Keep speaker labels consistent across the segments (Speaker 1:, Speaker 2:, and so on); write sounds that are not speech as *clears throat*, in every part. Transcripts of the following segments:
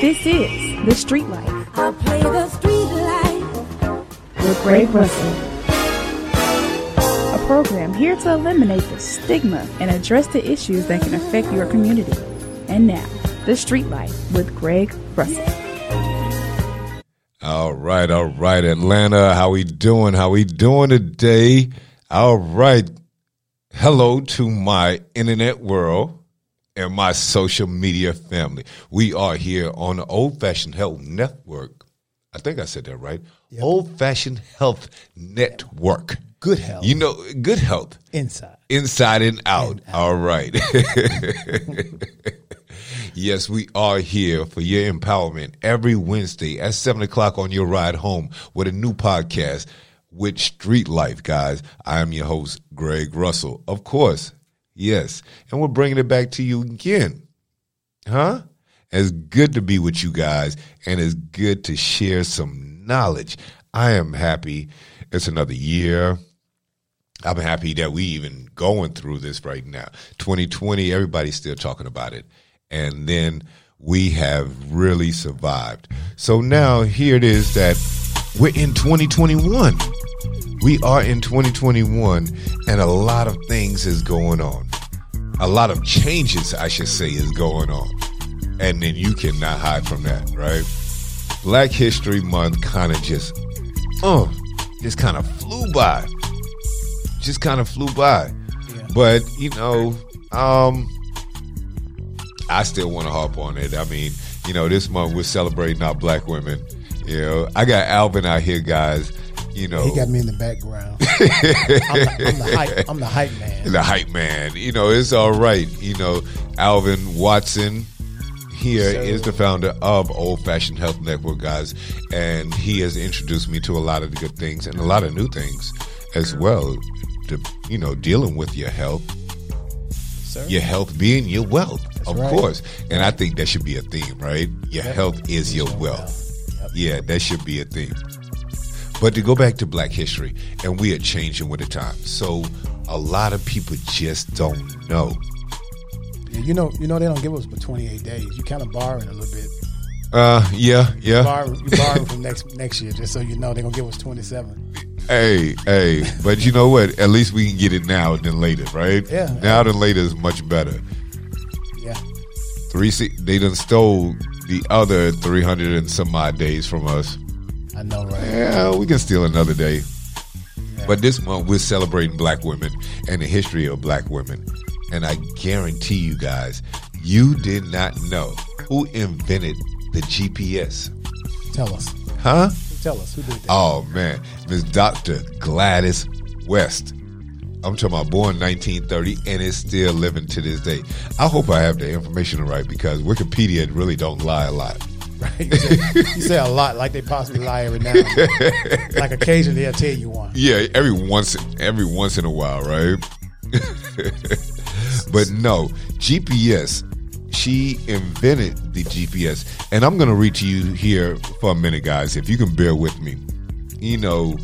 Speaker 1: This is The Street Life
Speaker 2: I'll play the street light.
Speaker 1: with Greg Russell, a program here to eliminate the stigma and address the issues that can affect your community. And now, The Street Life with Greg Russell.
Speaker 3: All right, all right, Atlanta. How we doing? How we doing today? All right. Hello to my internet world and my social media family. We are here on the Old Fashioned Health Network. I think I said that right. Old Fashioned Health Network.
Speaker 4: Good health.
Speaker 3: You know, good health
Speaker 4: inside.
Speaker 3: inside and out. All right. *laughs* yes, we are here for your empowerment every Wednesday at seven o'clock on your ride home with a new podcast with Street Life, guys. I am your host, Greg Russell. Of course. Yes. And we're bringing it back to you again huh? It's good to be with you guys, and it's good to share some knowledge. I am happy. It's another year. I'm happy that we even going through this right now. 2020, everybody's still talking about it, and then we have really survived. So now here it is that we're in 2021. We are in 2021, and a lot of things is going on a lot of changes, I should say, is going on. And then you cannot hide from that, right? Black History Month kind of just, oh, just kind of flew by. Just kind of flew by. But, you know, um, I still want to harp on it. I mean, you know, this month we're celebrating our black women. You know, I got Alvin out here, guys. You know,
Speaker 4: He got me in the background. *laughs* I'm, the, I'm the hype. I'm the hype man.
Speaker 3: the hype man. You know, it's all right. You know, Alvin Watson here is
Speaker 4: So-
Speaker 3: the founder of Old Fashioned Health Network, guys, and he has introduced me to a lot of the good things and a lot of new things as well. To, you know, dealing with your health,
Speaker 4: Sir.
Speaker 3: your health being your wealth, of
Speaker 4: right.
Speaker 3: course. And I think that should be a theme, right? Your health is your wealth.
Speaker 4: Yep.
Speaker 3: Yeah, that should be a theme. But to go back to black history, and we are changing with the times. So a lot of people just don't know.
Speaker 4: Yeah, You know, you know they don't give us but 28 days. You kind of borrowing a little bit.
Speaker 3: Uh yeah, yeah.
Speaker 4: Borrow, you borrowing from next next year, just so you know they're gonna give us 27.
Speaker 3: Hey, hey. But you know what? At least we can get it now than later, right?
Speaker 4: Yeah.
Speaker 3: Now than later is much better.
Speaker 4: Yeah,
Speaker 3: Three si- they done stole the other three hundred and some odd days from us.
Speaker 4: I know, right?
Speaker 3: Yeah, we can steal another day. But this month we're celebrating black women and the history of black women. And I guarantee you guys, you did not know who invented the GPS.
Speaker 4: Tell us,
Speaker 3: Huh?
Speaker 4: tell us who did that.
Speaker 3: Oh man, Miss Dr. Gladys West. I'm talking about born 1930 and is still living to this day. I hope I have the information right because Wikipedia really don't lie a lot.
Speaker 4: Right? You say, you say a lot, like they possibly lie every now. and
Speaker 3: *laughs*
Speaker 4: then. like occasionally they'll tell you one.
Speaker 3: Yeah, every once every once in a while, right? *laughs* but no, GPS. She invented the GPS, and I'm going to read to you here for a minute, guys. If you can bear with me, you know,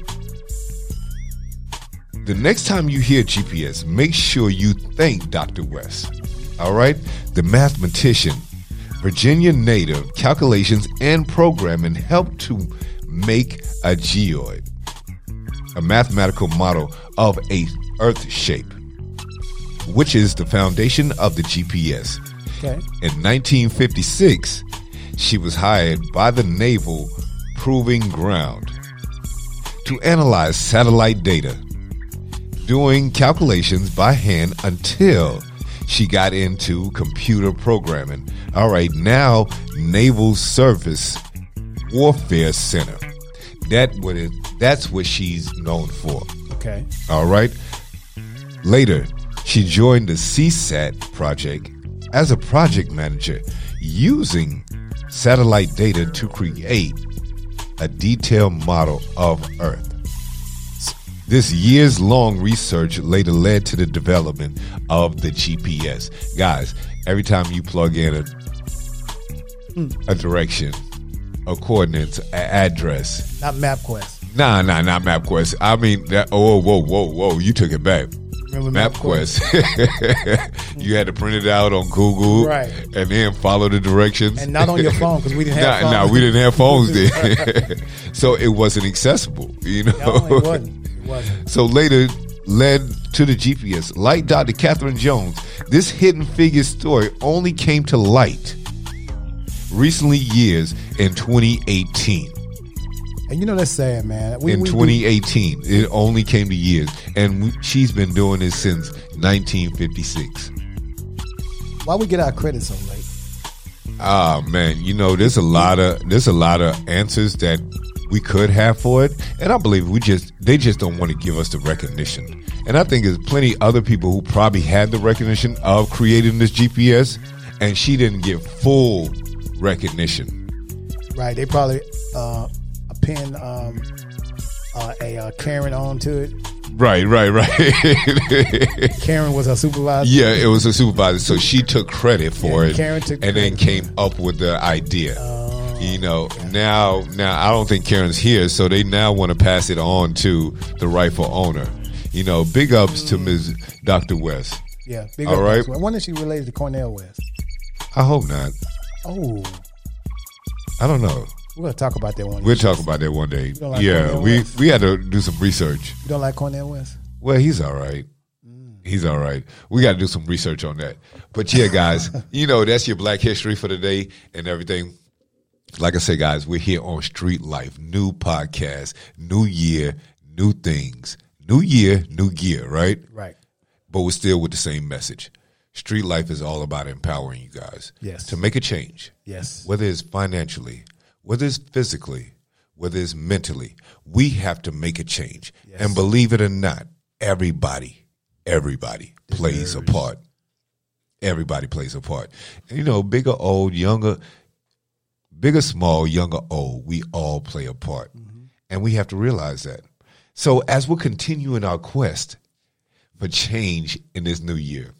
Speaker 3: the next time you hear GPS, make sure you thank Dr. West. All right? The mathematician, Virginia native, calculations and programming helped to make a geoid a mathematical model of a Earth shape, which is the foundation of the GPS.
Speaker 4: Okay,
Speaker 3: In 1956, she was hired by the Naval Proving Ground to analyze satellite data, doing calculations by hand until she got into computer programming. All right, now Naval Surface Warfare Center. That what it, that's what she's known for.
Speaker 4: okay,
Speaker 3: All right. Later, she joined the CSAT project as a project manager using satellite data to create a detailed model of Earth. This years long research later led to the development of the GPS. Guys, every time you plug in a, a direction, a coordinates, an address,
Speaker 4: not MapQuest.
Speaker 3: Nah, nah, not MapQuest. *laughs* I mean, that, oh, whoa, whoa, whoa, whoa. You took it back.
Speaker 4: Remember
Speaker 3: MapQuest. you had to print it out on Google,
Speaker 4: Right.
Speaker 3: And then follow the directions,
Speaker 4: And not on your phone because we didn't have
Speaker 3: Nah,
Speaker 4: phones.
Speaker 3: nah, we didn't have phones
Speaker 4: *laughs*
Speaker 3: then, *laughs* so it wasn't accessible. You know, *laughs*
Speaker 4: No, it wasn't. It wasn't.
Speaker 3: So later led to the GPS. Light Dr. Catherine Jones. This hidden figure story only came to light recently years in 2018.
Speaker 4: And you know that's sad, man. We,
Speaker 3: in
Speaker 4: we do-
Speaker 3: 2018, it only came to years, and we, she's been doing this since 1956.
Speaker 4: why we get our credit so late?
Speaker 3: Ah man, you know there's a lot of there's a lot of answers that we could have for it, and I believe we just they just don't want to give us the recognition. And I think there's plenty other people who probably had the recognition of creating this GPS, and she didn't get full recognition.
Speaker 4: Right. They probably uh, pin um, uh, a uh, Karen onto it.
Speaker 3: Right, right, *laughs* right.
Speaker 4: Karen was our supervisor.
Speaker 3: Yeah, it was a supervisor, so she took credit for
Speaker 4: Yeah,
Speaker 3: it,
Speaker 4: Karen took
Speaker 3: and then
Speaker 4: credit. Oh,
Speaker 3: came up with the idea. you know, now now I don't think Karen's here, so they now want to pass it on to the rightful owner. You know, big ups to Ms. Dr. West.
Speaker 4: Yeah. Big
Speaker 3: All
Speaker 4: up
Speaker 3: right.
Speaker 4: West. I wonder if she related to Cornell West.
Speaker 3: I hope not.
Speaker 4: Oh,
Speaker 3: I don't know.
Speaker 4: we're gonna talk about that one.
Speaker 3: We'll talk about that one day.
Speaker 4: don't like
Speaker 3: yeah,
Speaker 4: Cornel
Speaker 3: we
Speaker 4: West?
Speaker 3: we had to do some research.
Speaker 4: you don't like Cornell West?
Speaker 3: Well, he's all right. He's all right. We got to do some research on that. But yeah, guys, you know, that's your black history for today and everything. Like I said, guys, we're here on Street Life, new podcast, new year, new things, new year, new gear, right?
Speaker 4: Right.
Speaker 3: But we're still with the same message. Street life is all about empowering you guys
Speaker 4: Yes.
Speaker 3: to make a change
Speaker 4: Yes.
Speaker 3: whether it's financially, whether it's physically, whether it's mentally, we have to make a change. And believe it or not, everybody, everybody plays a part. Everybody plays a part. And, you know, bigger, old, younger, bigger, small, younger, old, we all play a part. And we have to realize that. So as we're continuing our quest for change in this new year,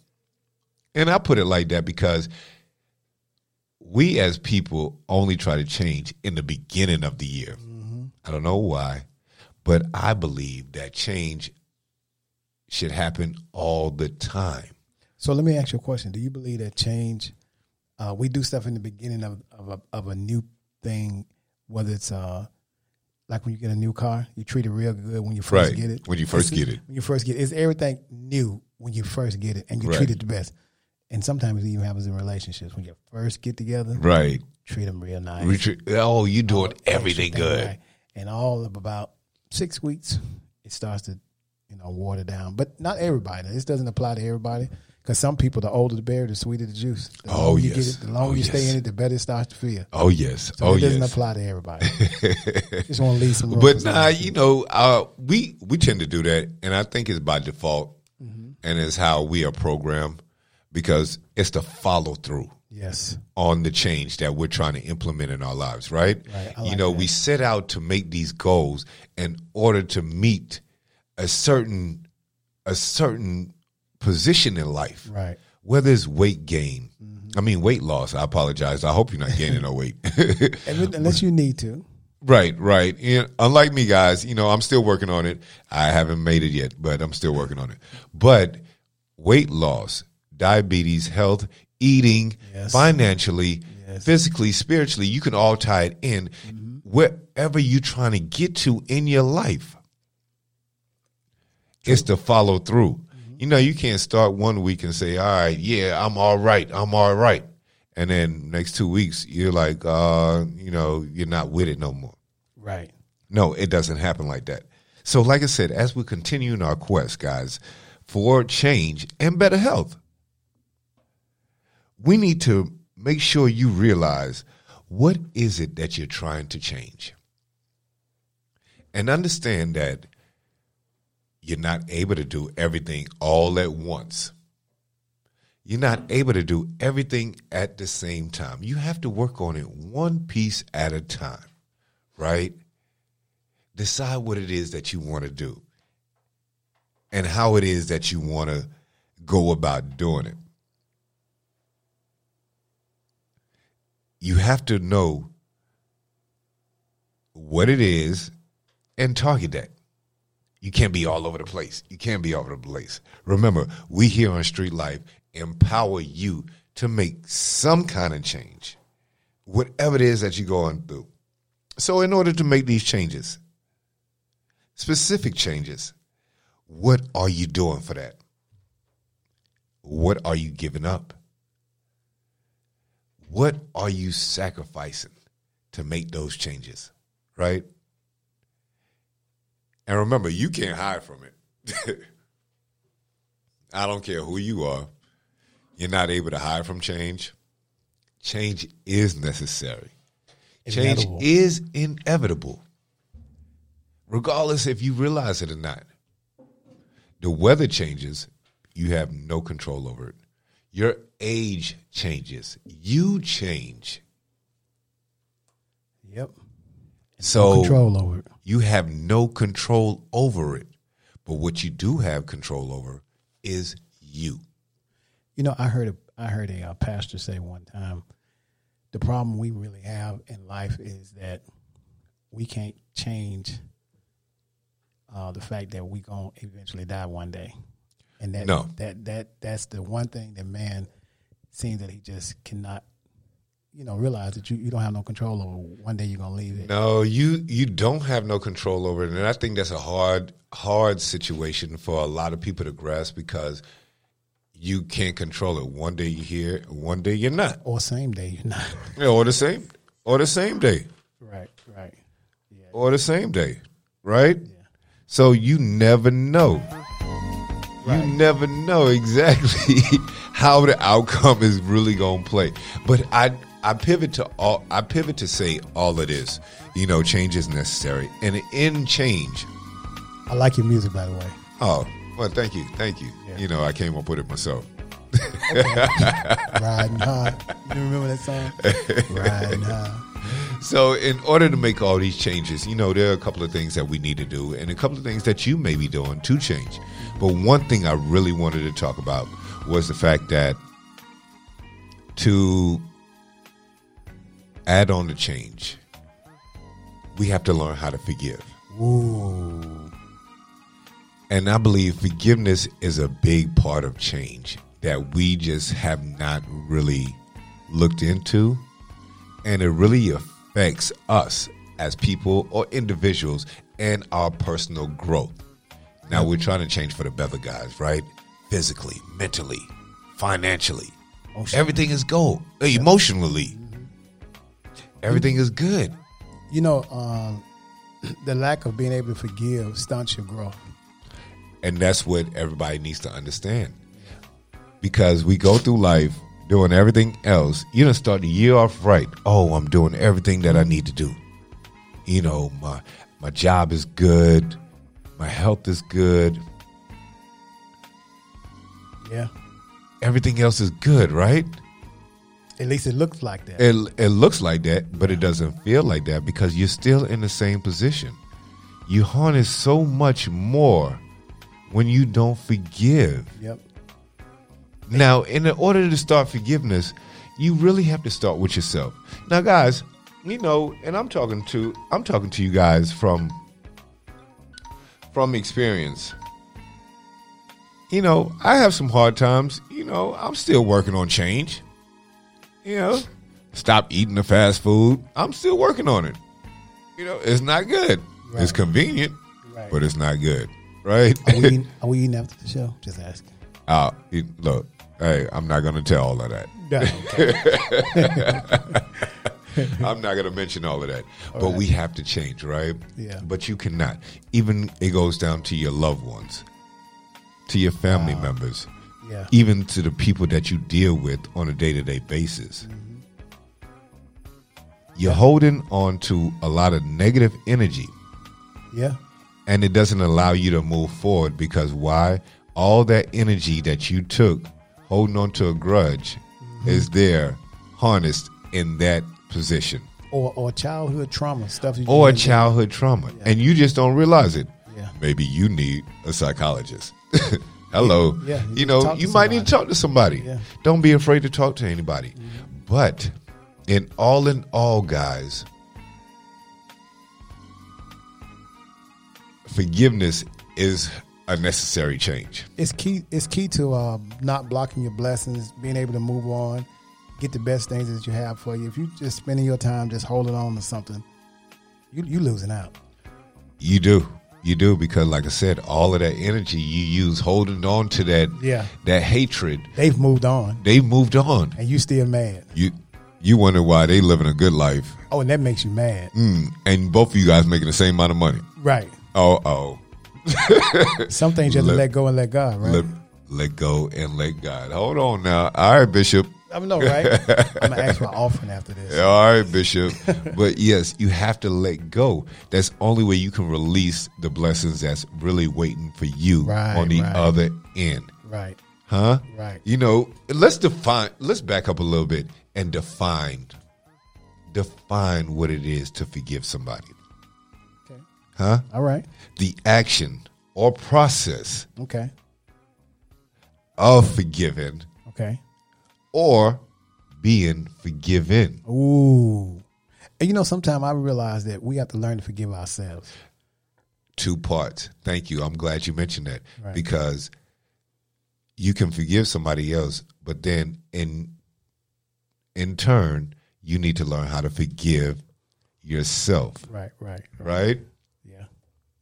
Speaker 3: and I put it like that because we as people only try to change in the beginning of the year. I don't know why, but I believe that change should happen all the time.
Speaker 4: So let me ask you a question. Do you believe that change? Uh, we do stuff in the beginning of of a, of a new thing, whether it's uh, like when you get a new car, you treat it real good when you first
Speaker 3: Right.
Speaker 4: get it.
Speaker 3: When you first
Speaker 4: It's-
Speaker 3: get it.
Speaker 4: when you first get it, it's everything new when you first get it, and you
Speaker 3: Right.
Speaker 4: treat it the best. And sometimes it even happens in relationships when you first get together,
Speaker 3: Right.
Speaker 4: treat them real nice,
Speaker 3: Richard, oh, you doing everything
Speaker 4: everything
Speaker 3: good.
Speaker 4: right. And all of about six weeks, it starts to, you know, water down. But not everybody. This doesn't apply to everybody because some people, the older the berry, the sweeter the juice. The
Speaker 3: Oh,
Speaker 4: longer you
Speaker 3: yes.
Speaker 4: get it, the longer
Speaker 3: Oh,
Speaker 4: you stay
Speaker 3: yes.
Speaker 4: in it, the better it starts to feel.
Speaker 3: Oh yes.
Speaker 4: So
Speaker 3: oh
Speaker 4: it doesn't
Speaker 3: yes.
Speaker 4: apply
Speaker 3: *laughs*
Speaker 4: to everybody. Just want to leave some. room
Speaker 3: But
Speaker 4: for
Speaker 3: nah,
Speaker 4: somebody.
Speaker 3: you know, uh, we we tend to do that, and I think it's by default,
Speaker 4: Mm-hmm.
Speaker 3: and it's how we are programmed because it's the follow through.
Speaker 4: yes,
Speaker 3: on the change that we're trying to implement in our lives, right?
Speaker 4: Right, I
Speaker 3: you
Speaker 4: like
Speaker 3: know, we set out to make these goals in order to meet a certain a certain position in life.
Speaker 4: right. Mm-hmm.
Speaker 3: Whether it's weight gain, I mean weight loss. I apologize. I hope you're not gaining no weight.
Speaker 4: *laughs* And unless you need to,
Speaker 3: right, right. And unlike me, guys, you know, I'm still working on it. I haven't made it yet, but I'm still working on it. But weight loss, diabetes, health, eating,
Speaker 4: Yes.
Speaker 3: financially,
Speaker 4: Yes. Mm-hmm.
Speaker 3: physically, spiritually, you can all tie it in wherever you're trying to get to in your life. It's the follow through.
Speaker 4: Mm-hmm.
Speaker 3: You know, you can't start one week and say, all right, yeah, I'm all right, I'm all right. And then next two weeks, you're like, uh, you know, you're not with it no more.
Speaker 4: right.
Speaker 3: No, it doesn't happen like that. So, like I said, as we're continuing our quest, guys, for change and better health, we need to make sure you realize what is it that you're trying to change. And understand that you're not able to do everything all at once. You're not able to do everything at the same time. You have to work on it one piece at a time, right? decide what it is that you want to do and how it is that you want to go about doing it. You have to know what it is and target that. You can't be all over the place. You can't be all over the place. Remember, we here on Street Life empower you to make some kind of change, whatever it is that you're going through. So, in order to make these changes, specific changes, what are you doing for that? What are you giving up? What are you sacrificing to make those changes? Right? And remember, you can't hide from it. *laughs* I don't care who you are, you're not able to hide from change. Change is necessary. Change
Speaker 4: Inevitable.
Speaker 3: is inevitable, regardless if you realize it or not. The weather changes, you have no control over it. Your age changes, you change.
Speaker 4: Yep.
Speaker 3: So
Speaker 4: Control over it.
Speaker 3: you have no control over it. But what you do have control over is you.
Speaker 4: You know, I heard a I heard a uh, pastor say one time, the problem we really have in life is that we can't change uh, the fact that we gonna eventually die one day, and that
Speaker 3: No.
Speaker 4: that that that's the one thing that man seems that he just cannot, you know, realize that you, you don't have no control over. One day you're gonna leave it.
Speaker 3: No, you you don't have no control over it, and I think that's a hard hard situation for a lot of people to grasp because you can't control it. One day you're here, one day you're not,
Speaker 4: Or same day you're not. *laughs*
Speaker 3: Yeah, or the same, or the same day,
Speaker 4: right, right.
Speaker 3: or the same day, right? So you never know. You never know exactly *laughs* how the outcome is really going to play. But I I pivot to all I pivot to say all of this. You know, change is necessary, and in change.
Speaker 4: I like your music, by the way.
Speaker 3: Oh, well, thank you, thank you. You know, I came up with it myself.
Speaker 4: Riding high. You remember that song?
Speaker 3: *laughs*
Speaker 4: Riding high.
Speaker 3: So, in order to make all these changes, you know, there are a couple of things that we need to do and a couple of things that you may be doing to change. But one thing I really wanted to talk about was the fact that to add on to change, we have to learn how to forgive.
Speaker 4: Ooh.
Speaker 3: And I believe forgiveness is a big part of change that we just have not really looked into. And it really affects us as people or individuals and our personal growth. Now we're trying to change for the better, guys, right? Physically, mentally, financially. Everything is gold. Uh, Emotionally. Everything is good.
Speaker 4: You know, um, *clears throat* the lack of being able to forgive stunts your growth.
Speaker 3: And that's what everybody needs to understand. Because we go through life doing everything else. You don't start the year off right. Oh, I'm doing everything that I need to do. You know, my my job is good. My health is good.
Speaker 4: Yeah.
Speaker 3: Everything else is good, right?
Speaker 4: At least it looks like that.
Speaker 3: It it looks like that, but it doesn't feel like that because you're still in the same position. You harness so much more when you don't forgive.
Speaker 4: yep.
Speaker 3: Now, in order to start forgiveness, you really have to start with yourself. Now, guys, you know, and I'm talking to I'm talking to you guys from from experience. You know, I have some hard times. You know, I'm still working on change. You know, stop eating the fast food. I'm still working on it. You know, it's not good. It's
Speaker 4: Right.
Speaker 3: convenient,
Speaker 4: Right.
Speaker 3: but it's not good. Right?
Speaker 4: Are we, eating, are we eating after the show? Just asking.
Speaker 3: *laughs* Uh, it, look, hey, I'm not going to tell all of that.
Speaker 4: No, okay.
Speaker 3: I'm not going to mention all of that. but we have to change, right?
Speaker 4: Yeah.
Speaker 3: But you cannot. Even it goes down to your loved ones, to your family members,
Speaker 4: *laughs* Yeah.
Speaker 3: even to the people that you deal with on a day to day basis. You're holding on to a lot of negative energy
Speaker 4: Yeah.
Speaker 3: and it doesn't allow you to move forward because why? All that energy that you took holding on to a grudge is there harnessed in that position
Speaker 4: Or or childhood trauma stuff. that you
Speaker 3: or
Speaker 4: didn't do.
Speaker 3: childhood trauma and you just don't realize it.
Speaker 4: Yeah.
Speaker 3: Maybe you need a psychologist. *laughs* Hello.
Speaker 4: Yeah,
Speaker 3: you,
Speaker 4: you need to
Speaker 3: know,
Speaker 4: talk to
Speaker 3: you might need to talk to somebody.
Speaker 4: Yeah. Mm-hmm.
Speaker 3: Don't be afraid to talk to anybody. But in all in all, guys, forgiveness is a necessary change.
Speaker 4: It's key. It's key to um, not blocking your blessings, being able to move on, get the best things that you have for you. If you just spending your time just holding on to something, you you losing out.
Speaker 3: You do. You do because like I said, all of that energy you use holding on to that
Speaker 4: Yeah.
Speaker 3: that hatred,
Speaker 4: They've moved on,
Speaker 3: they moved on.
Speaker 4: and you still mad.
Speaker 3: You you wonder why they living a good life.
Speaker 4: Oh, and that makes you mad,
Speaker 3: Mm, and both of you guys making the same amount of money.
Speaker 4: right?
Speaker 3: Oh oh.
Speaker 4: Some things you have to
Speaker 3: Let-
Speaker 4: let go and let God, right?
Speaker 3: Let let go and let God. Hold on now. All right, Bishop.
Speaker 4: I know,
Speaker 3: *laughs*
Speaker 4: right? I'm gonna ask for an offering after this.
Speaker 3: All right,
Speaker 4: *laughs*
Speaker 3: Bishop. but yes, you have to let go. That's the only way you can release the blessings that's really waiting for you
Speaker 4: Right,
Speaker 3: on the
Speaker 4: right.
Speaker 3: other end.
Speaker 4: Right,
Speaker 3: Huh?
Speaker 4: right.
Speaker 3: You know, let's define let's back up a little bit and define define what it is to forgive somebody.
Speaker 4: Okay.
Speaker 3: Huh?
Speaker 4: All right.
Speaker 3: The action or process
Speaker 4: Okay.
Speaker 3: of forgiving
Speaker 4: Okay.
Speaker 3: or being forgiven.
Speaker 4: Ooh. And you know, sometimes I realize that we have to learn to forgive ourselves.
Speaker 3: two parts. Thank you. I'm glad you mentioned that
Speaker 4: Right.
Speaker 3: because you can forgive somebody else, but then in in turn, you need to learn how to forgive yourself,
Speaker 4: Right, right,
Speaker 3: right?
Speaker 4: Yeah.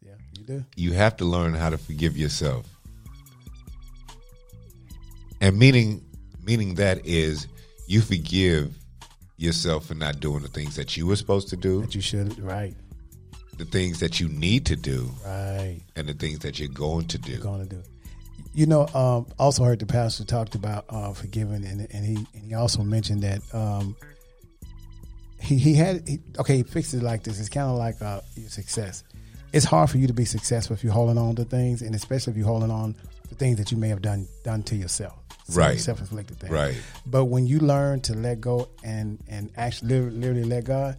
Speaker 4: Yeah. You do.
Speaker 3: You have to learn how to forgive yourself. And meaning meaning that is you forgive yourself for not doing the things that you were supposed to do,
Speaker 4: But you should. Right,
Speaker 3: the things that you need to do,
Speaker 4: right.
Speaker 3: and the things that you're going to do.
Speaker 4: You're going to do it. You know, um, also heard the pastor talked about uh, forgiving, and, and he and he also mentioned that um, he he had he, okay. He fixed it like this. It's kind of like uh, your success. It's hard for you to be successful if you're holding on to things, and especially if you're holding on to things that you may have done done to yourself.
Speaker 3: Right.
Speaker 4: self inflicted things.
Speaker 3: Right.
Speaker 4: But when you learn to let go and and actually literally, literally let God,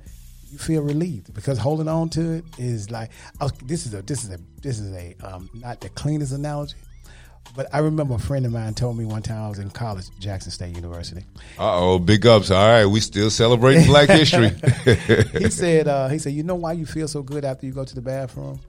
Speaker 4: you feel relieved because holding on to it is like I was- this is a this is a this is a um, not the cleanest analogy. But I remember a friend of mine told me one time I was in college, Jackson State University.
Speaker 3: Uh oh, big ups. All right, we still celebrating
Speaker 4: *laughs*
Speaker 3: Black History. *laughs*
Speaker 4: He said, uh, "He said, you know why you feel so good after you go to the bathroom?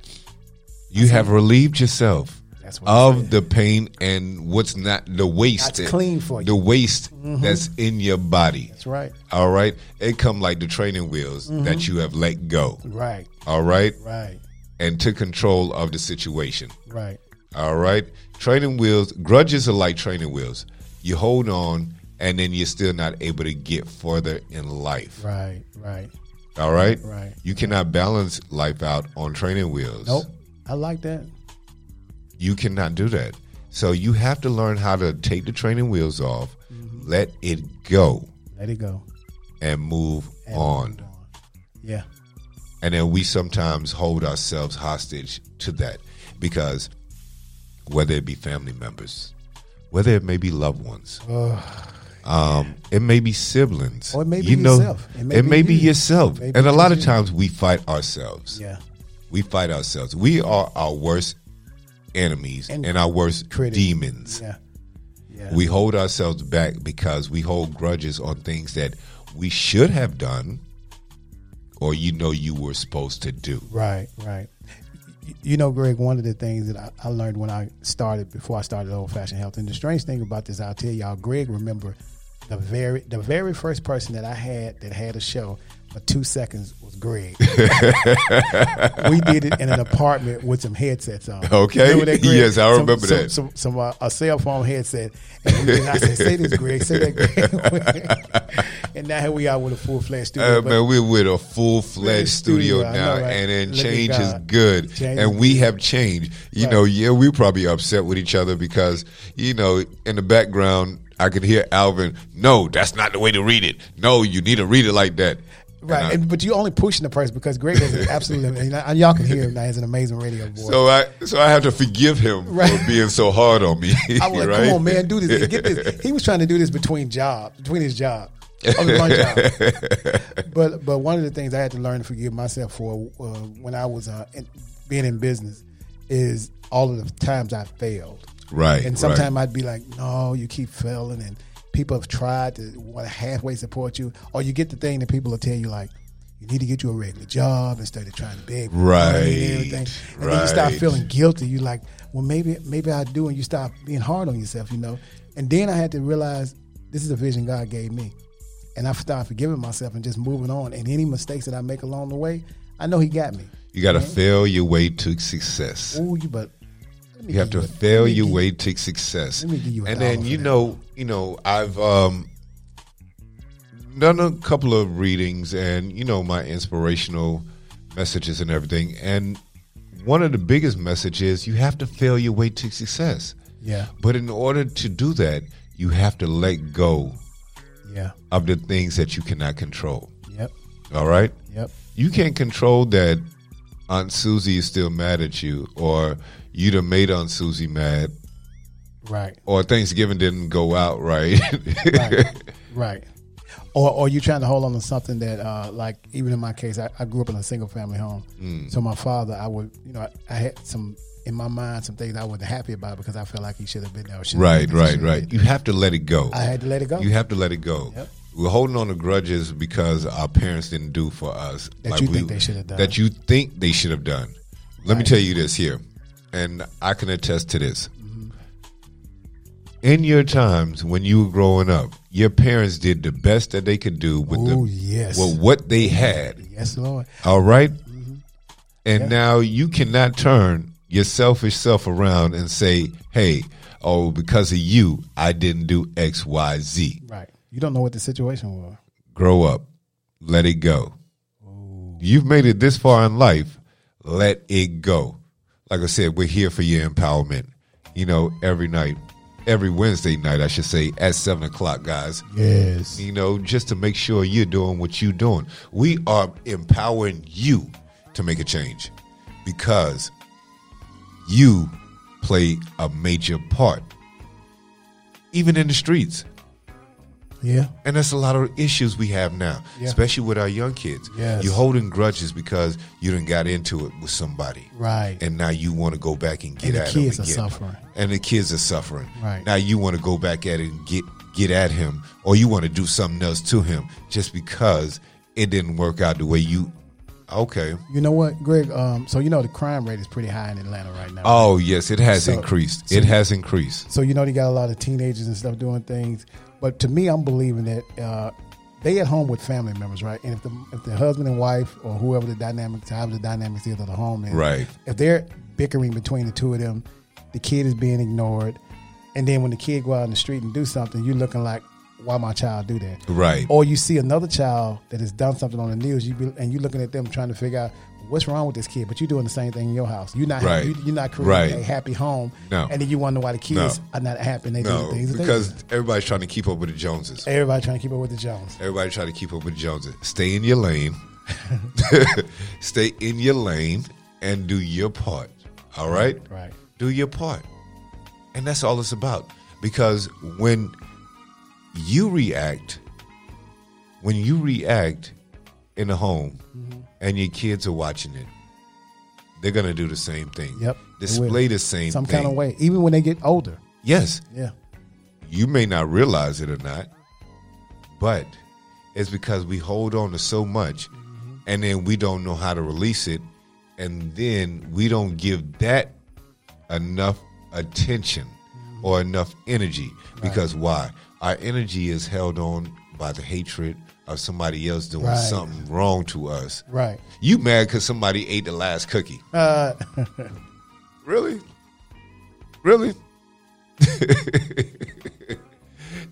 Speaker 3: you have relieved yourself
Speaker 4: That's what I
Speaker 3: of the pain and what's not the waste.
Speaker 4: That's clean for you. Mm-hmm.
Speaker 3: The waste that's in your body.
Speaker 4: That's right, Mm-hmm.
Speaker 3: All right, it come like the training wheels that you have let go.
Speaker 4: right,
Speaker 3: All right,
Speaker 4: right,
Speaker 3: and took control of the situation.
Speaker 4: right,
Speaker 3: All right, training wheels. Grudges are like training wheels. You hold on, and then you're still not able to get further in life.
Speaker 4: right, right.
Speaker 3: All right.
Speaker 4: Right.
Speaker 3: You cannot balance life out on training wheels.
Speaker 4: Nope, I like that.
Speaker 3: You cannot do that. So you have to learn how to take the training wheels off,
Speaker 4: Mm-hmm.
Speaker 3: let it go,
Speaker 4: Let it go.
Speaker 3: and move
Speaker 4: And
Speaker 3: on.
Speaker 4: move on. Yeah,
Speaker 3: And then we sometimes hold ourselves hostage to that because whether it be family members, whether it may be loved ones, um, it may be siblings.
Speaker 4: Or it may be
Speaker 3: you know,
Speaker 4: yourself.
Speaker 3: It may, be,
Speaker 4: you.
Speaker 3: yourself.
Speaker 4: It may be
Speaker 3: and a lot
Speaker 4: just
Speaker 3: of
Speaker 4: you.
Speaker 3: times we fight ourselves.
Speaker 4: yeah.
Speaker 3: We fight ourselves. We are our worst enemies and,
Speaker 4: And
Speaker 3: our worst
Speaker 4: critics.
Speaker 3: demons.
Speaker 4: Yeah. Yeah.
Speaker 3: We hold ourselves back because we hold grudges on things that we should have done or you know you were supposed to do.
Speaker 4: right, right. Y- You know, Greg, one of the things that I, I learned when I started, before I started Old Fashioned Health, and the strange thing about this, I'll tell y'all, Greg, remember the very the very first person that I had that had a show for two seconds was
Speaker 3: *laughs*
Speaker 4: Greg. we did it in an apartment with some headsets on.
Speaker 3: Okay. Yes, I
Speaker 4: Some-
Speaker 3: remember
Speaker 4: some-
Speaker 3: that.
Speaker 4: Some, some uh, a cell phone headset. And, we, and I said, "Say this, Greg. Say that, Greg." *laughs* and now here we are with a full fledged studio.
Speaker 3: Uh,
Speaker 4: but-
Speaker 3: man, we're with a full fledged
Speaker 4: Really
Speaker 3: studio,
Speaker 4: studio, I
Speaker 3: now,
Speaker 4: know, right?
Speaker 3: and then
Speaker 4: Look at
Speaker 3: change is
Speaker 4: God.
Speaker 3: good.
Speaker 4: Change
Speaker 3: and
Speaker 4: is
Speaker 3: we have changed. You know, yeah, we probably upset with each other because, you know, in the background, I could hear Alvin, no, that's not the way to read it. No, you need to read it like that. And
Speaker 4: Right,
Speaker 3: I-
Speaker 4: and, but you only pushing the person because Greg is an absolutely, and, I- and y'all can hear him now. He's an amazing radio boy.
Speaker 3: So I so I have to forgive him for
Speaker 4: Right.
Speaker 3: being so hard on me.
Speaker 4: *laughs*
Speaker 3: *laughs*
Speaker 4: I was like,
Speaker 3: right?
Speaker 4: "Come on, man, do this, get this." He was trying to do this between job, between his job, Only
Speaker 3: *laughs*
Speaker 4: one job. But but one of the things I had to learn to forgive myself for uh, when I was uh, in, being in business is all of the times I failed.
Speaker 3: Right.
Speaker 4: And
Speaker 3: right.
Speaker 4: sometimes I'd be like, no, you keep failing, and people have tried to want to halfway support you, or you get the thing that people will tell you like, You need to get you a regular job instead of trying to beg, for
Speaker 3: Right,
Speaker 4: money and everything. And then you start
Speaker 3: right.
Speaker 4: feeling guilty. You like, well, maybe, maybe I do, and you start being hard on yourself, you know. And then I had to realize this is a vision God gave me, and I started forgiving myself and just moving on. And any mistakes that I make along the way, I know He got me.
Speaker 3: *laughs* You got to fail your way to success.
Speaker 4: Ooh, you but let me
Speaker 3: You have
Speaker 4: give
Speaker 3: to
Speaker 4: a-
Speaker 3: fail
Speaker 4: let me
Speaker 3: your
Speaker 4: give
Speaker 3: way to success.
Speaker 4: Let me give you a
Speaker 3: and
Speaker 4: dollar
Speaker 3: then
Speaker 4: for
Speaker 3: you
Speaker 4: that.
Speaker 3: know, you know, I've um, done a couple of readings, and you know, my inspirational messages and everything. And one of the biggest messages you have to fail your way to success.
Speaker 4: Yeah,
Speaker 3: But in order to do that, you have to let go
Speaker 4: yeah,
Speaker 3: of the things that you cannot control.
Speaker 4: yep,
Speaker 3: All right.
Speaker 4: yep,
Speaker 3: You can't control that Aunt Susie is still mad at you, or you done made Aunt Susie mad,
Speaker 4: right.
Speaker 3: or Thanksgiving didn't go out right. *laughs*
Speaker 4: right, right. Or, or you're trying to hold on to something that, uh, like, even in my case, I, I grew up in a single family home.
Speaker 3: Mm.
Speaker 4: So my father, I would, you know, I, I had some in my mind some things I wasn't happy about because I felt like he should have been there. or shouldn't have
Speaker 3: right,
Speaker 4: been there,
Speaker 3: right,
Speaker 4: shouldn't have
Speaker 3: right. You have to let it go.
Speaker 4: been- I had to let it go.
Speaker 3: You have to let it go.
Speaker 4: Yep.
Speaker 3: We're holding on to grudges because our parents didn't do for us
Speaker 4: That you think they should have done.
Speaker 3: That you think they should have done. Let me tell you this here, and I can attest to this. In your times when you were growing up, your parents did the best that they could do with
Speaker 4: oh
Speaker 3: the
Speaker 4: yes,
Speaker 3: well, what they had.
Speaker 4: yes, Lord.
Speaker 3: All right? And now you cannot turn your selfish self around and say, hey, oh, because of you, I didn't do X, Y, Z.
Speaker 4: Right. You don't know what the situation was.
Speaker 3: Grow up. Let it go. You've made it this far in life. Let it go. Like I said, we're here for your empowerment. You know, every night, every Wednesday night, I should say, at 7 o'clock, guys
Speaker 4: Yes.
Speaker 3: you know, just to make sure you're doing what you're doing. We are empowering you to make a change because you play a major part, even in the streets.
Speaker 4: Yeah.
Speaker 3: And that's a lot of issues we have now,
Speaker 4: Yeah.
Speaker 3: especially with our young kids.
Speaker 4: Yes.
Speaker 3: You're holding grudges because you didn't got into it with somebody.
Speaker 4: Right.
Speaker 3: And now you want to go back and get
Speaker 4: And the
Speaker 3: at
Speaker 4: kids
Speaker 3: him
Speaker 4: are
Speaker 3: again.
Speaker 4: suffering.
Speaker 3: And the kids are suffering.
Speaker 4: Right.
Speaker 3: Now you want to go back at it and get get at him or you want to do something else to him just because it didn't work out the way you Okay.
Speaker 4: You know what, Greg? Um, so you know the crime rate is pretty high in Atlanta right now.
Speaker 3: Oh yes, it has
Speaker 4: So-
Speaker 3: increased.
Speaker 4: so-
Speaker 3: it has increased.
Speaker 4: So you know they got a lot of teenagers and stuff doing things. But to me, I'm believing that uh, they at home with family members, right? And if the if the husband and wife or whoever the dynamics, however the dynamics is of the home is,
Speaker 3: Right.
Speaker 4: If they're bickering between the two of them, the kid is being ignored, and then when the kid go out in the street and do something, you're looking like, why my child do that?
Speaker 3: Right.
Speaker 4: Or you see another child that has done something on the news, you be, and you're looking at them trying to figure out what's wrong with this kid. But you're doing the same thing in your house. You're not
Speaker 3: Right.
Speaker 4: you, you're not
Speaker 3: Right.
Speaker 4: creating a happy home.
Speaker 3: No.
Speaker 4: And then you wonder why the kids
Speaker 3: No.
Speaker 4: are not happy. And they do
Speaker 3: no,
Speaker 4: the things that they do.
Speaker 3: because everybody's trying to keep up with the Joneses.
Speaker 4: everybody trying to keep up with the Jones.
Speaker 3: Everybody try to keep up with the Joneses. Stay in your
Speaker 4: *laughs*
Speaker 3: lane. *laughs* Stay in your lane and do your part. All right?
Speaker 4: Right.
Speaker 3: Do your part. And that's all it's about. Because when you react, when you react in the home
Speaker 4: Mm-hmm.
Speaker 3: and your kids are watching it, they're going to do the same thing.
Speaker 4: Yep, they will.
Speaker 3: Display the same
Speaker 4: Some
Speaker 3: thing.
Speaker 4: kind of way, even when they get older.
Speaker 3: Yes
Speaker 4: Yeah.
Speaker 3: you may not realize it or not, but it's because we hold on to so much and then we don't know how to release it. And then we don't give that enough attention or enough energy. Because why? Our energy is held on by the hatred of somebody else doing
Speaker 4: Right.
Speaker 3: something wrong to us.
Speaker 4: Right.
Speaker 3: You mad because somebody ate the last cookie.
Speaker 4: Uh,
Speaker 3: *laughs* Really? Really? *laughs*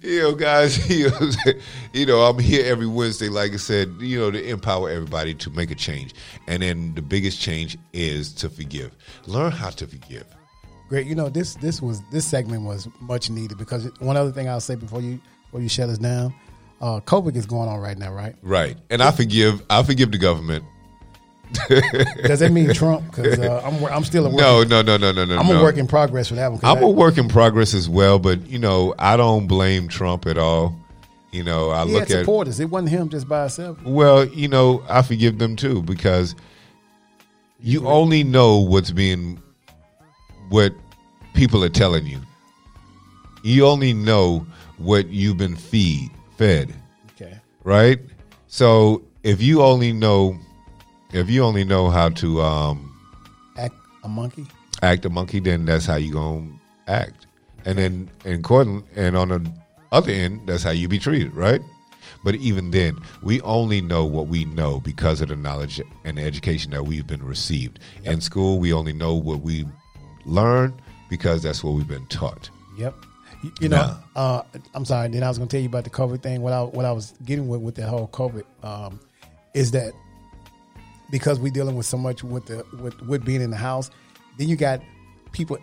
Speaker 3: you know, guys, *laughs* you know, what I'm saying? you know, I'm here every Wednesday, like I said, you know, to empower everybody to make a change. And then the biggest change is to forgive. Learn how to forgive.
Speaker 4: Great. You know this this was this segment was much needed because one other thing I'll say before you before you shut us down, uh, COVID is going on right
Speaker 3: *laughs*
Speaker 4: now, right?
Speaker 3: Right. And I forgive I forgive the government.
Speaker 4: Does that mean Trump? Because uh, I'm wor- I'm still a work,
Speaker 3: No, no, no, no, no, no.
Speaker 4: I'm
Speaker 3: no.
Speaker 4: a work in progress for that one. 'cause
Speaker 3: I'm
Speaker 4: I-
Speaker 3: a work in progress as well, but you know, I don't blame Trump at all. You know, I
Speaker 4: He
Speaker 3: look
Speaker 4: had
Speaker 3: at
Speaker 4: supporters. It wasn't him just by himself.
Speaker 3: Well, you know, I forgive them too because you only know what's being what people are telling you. You only know what you've been feed fed,
Speaker 4: Okay.
Speaker 3: right? So if you only know if you only know how to um,
Speaker 4: Act a monkey.
Speaker 3: act a monkey, then that's how you gonna act. And then in court, and on the other end, that's how you be treated, right? But even then, we only know what we know because of the knowledge and the education that we've been received. In school, we only know what we learn because that's what we've been taught.
Speaker 4: Yep. You, you know, uh, I'm sorry. Then I was going to tell you about the COVID thing. What I what I was getting with with that whole COVID um, is that because we're dealing with so much with the with with being in the house, then you got people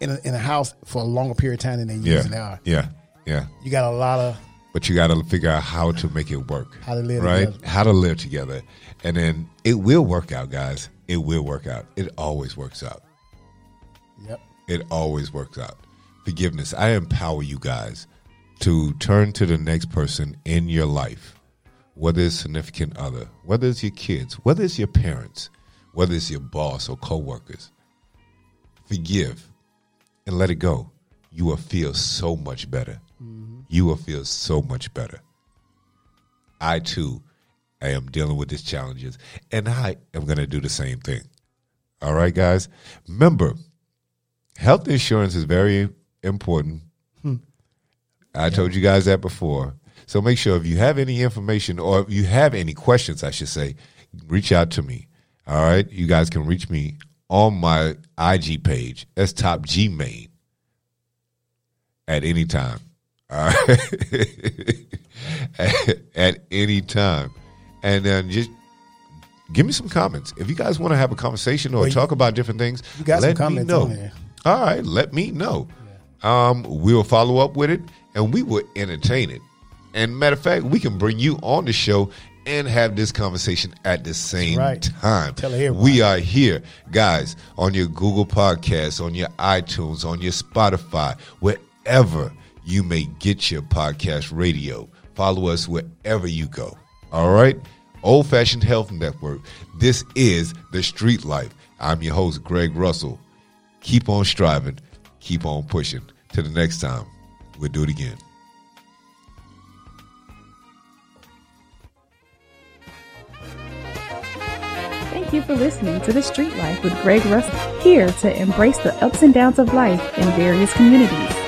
Speaker 4: in a, in a house for a longer period of time than they
Speaker 3: Yeah,
Speaker 4: usually are.
Speaker 3: yeah, yeah.
Speaker 4: You got a lot of
Speaker 3: but you got to figure out how to make it work.
Speaker 4: How to live
Speaker 3: right?
Speaker 4: together.
Speaker 3: How to live together, and then it will work out, guys. It will work out. It always works out.
Speaker 4: yep.
Speaker 3: It always works out. Forgiveness. I empower you guys to turn to the next person in your life, whether it's significant other, whether it's your kids, whether it's your parents, whether it's your boss or coworkers. Forgive and let it go. You will feel so much better. You will feel so much better. I too am dealing with these challenges, and I am going to do the same thing. All right, guys. Remember, health insurance is very important.
Speaker 4: Hmm.
Speaker 3: I told you guys that before. So make sure if you have any information or if you have any questions, I should say, reach out to me. All right. You guys can reach me on my IG page. That's top G main at any time. All right. *laughs* at, at any time. And then just give me some comments. If you guys want to have a conversation or
Speaker 4: Well, you-
Speaker 3: talk about different things,
Speaker 4: You got some
Speaker 3: let me
Speaker 4: comments
Speaker 3: know.
Speaker 4: on there.
Speaker 3: All right, let me know. Um, we'll follow up with it and we will entertain it. And matter of fact, we can bring you on the show and have this conversation at the same
Speaker 4: right.
Speaker 3: time.
Speaker 4: Tell everybody.
Speaker 3: we are here, guys, on your Google Podcasts, on your iTunes, on your Spotify, wherever you may get your podcast radio. Follow us wherever you go. All right? Old Fashioned Health Network. This is The Street Life. I'm your host, Greg Russell keep on striving, keep on pushing. Till the next time, we'll do it again.
Speaker 1: Thank you for listening to The Street Life with Greg Russell, here to embrace the ups and downs of life in various communities.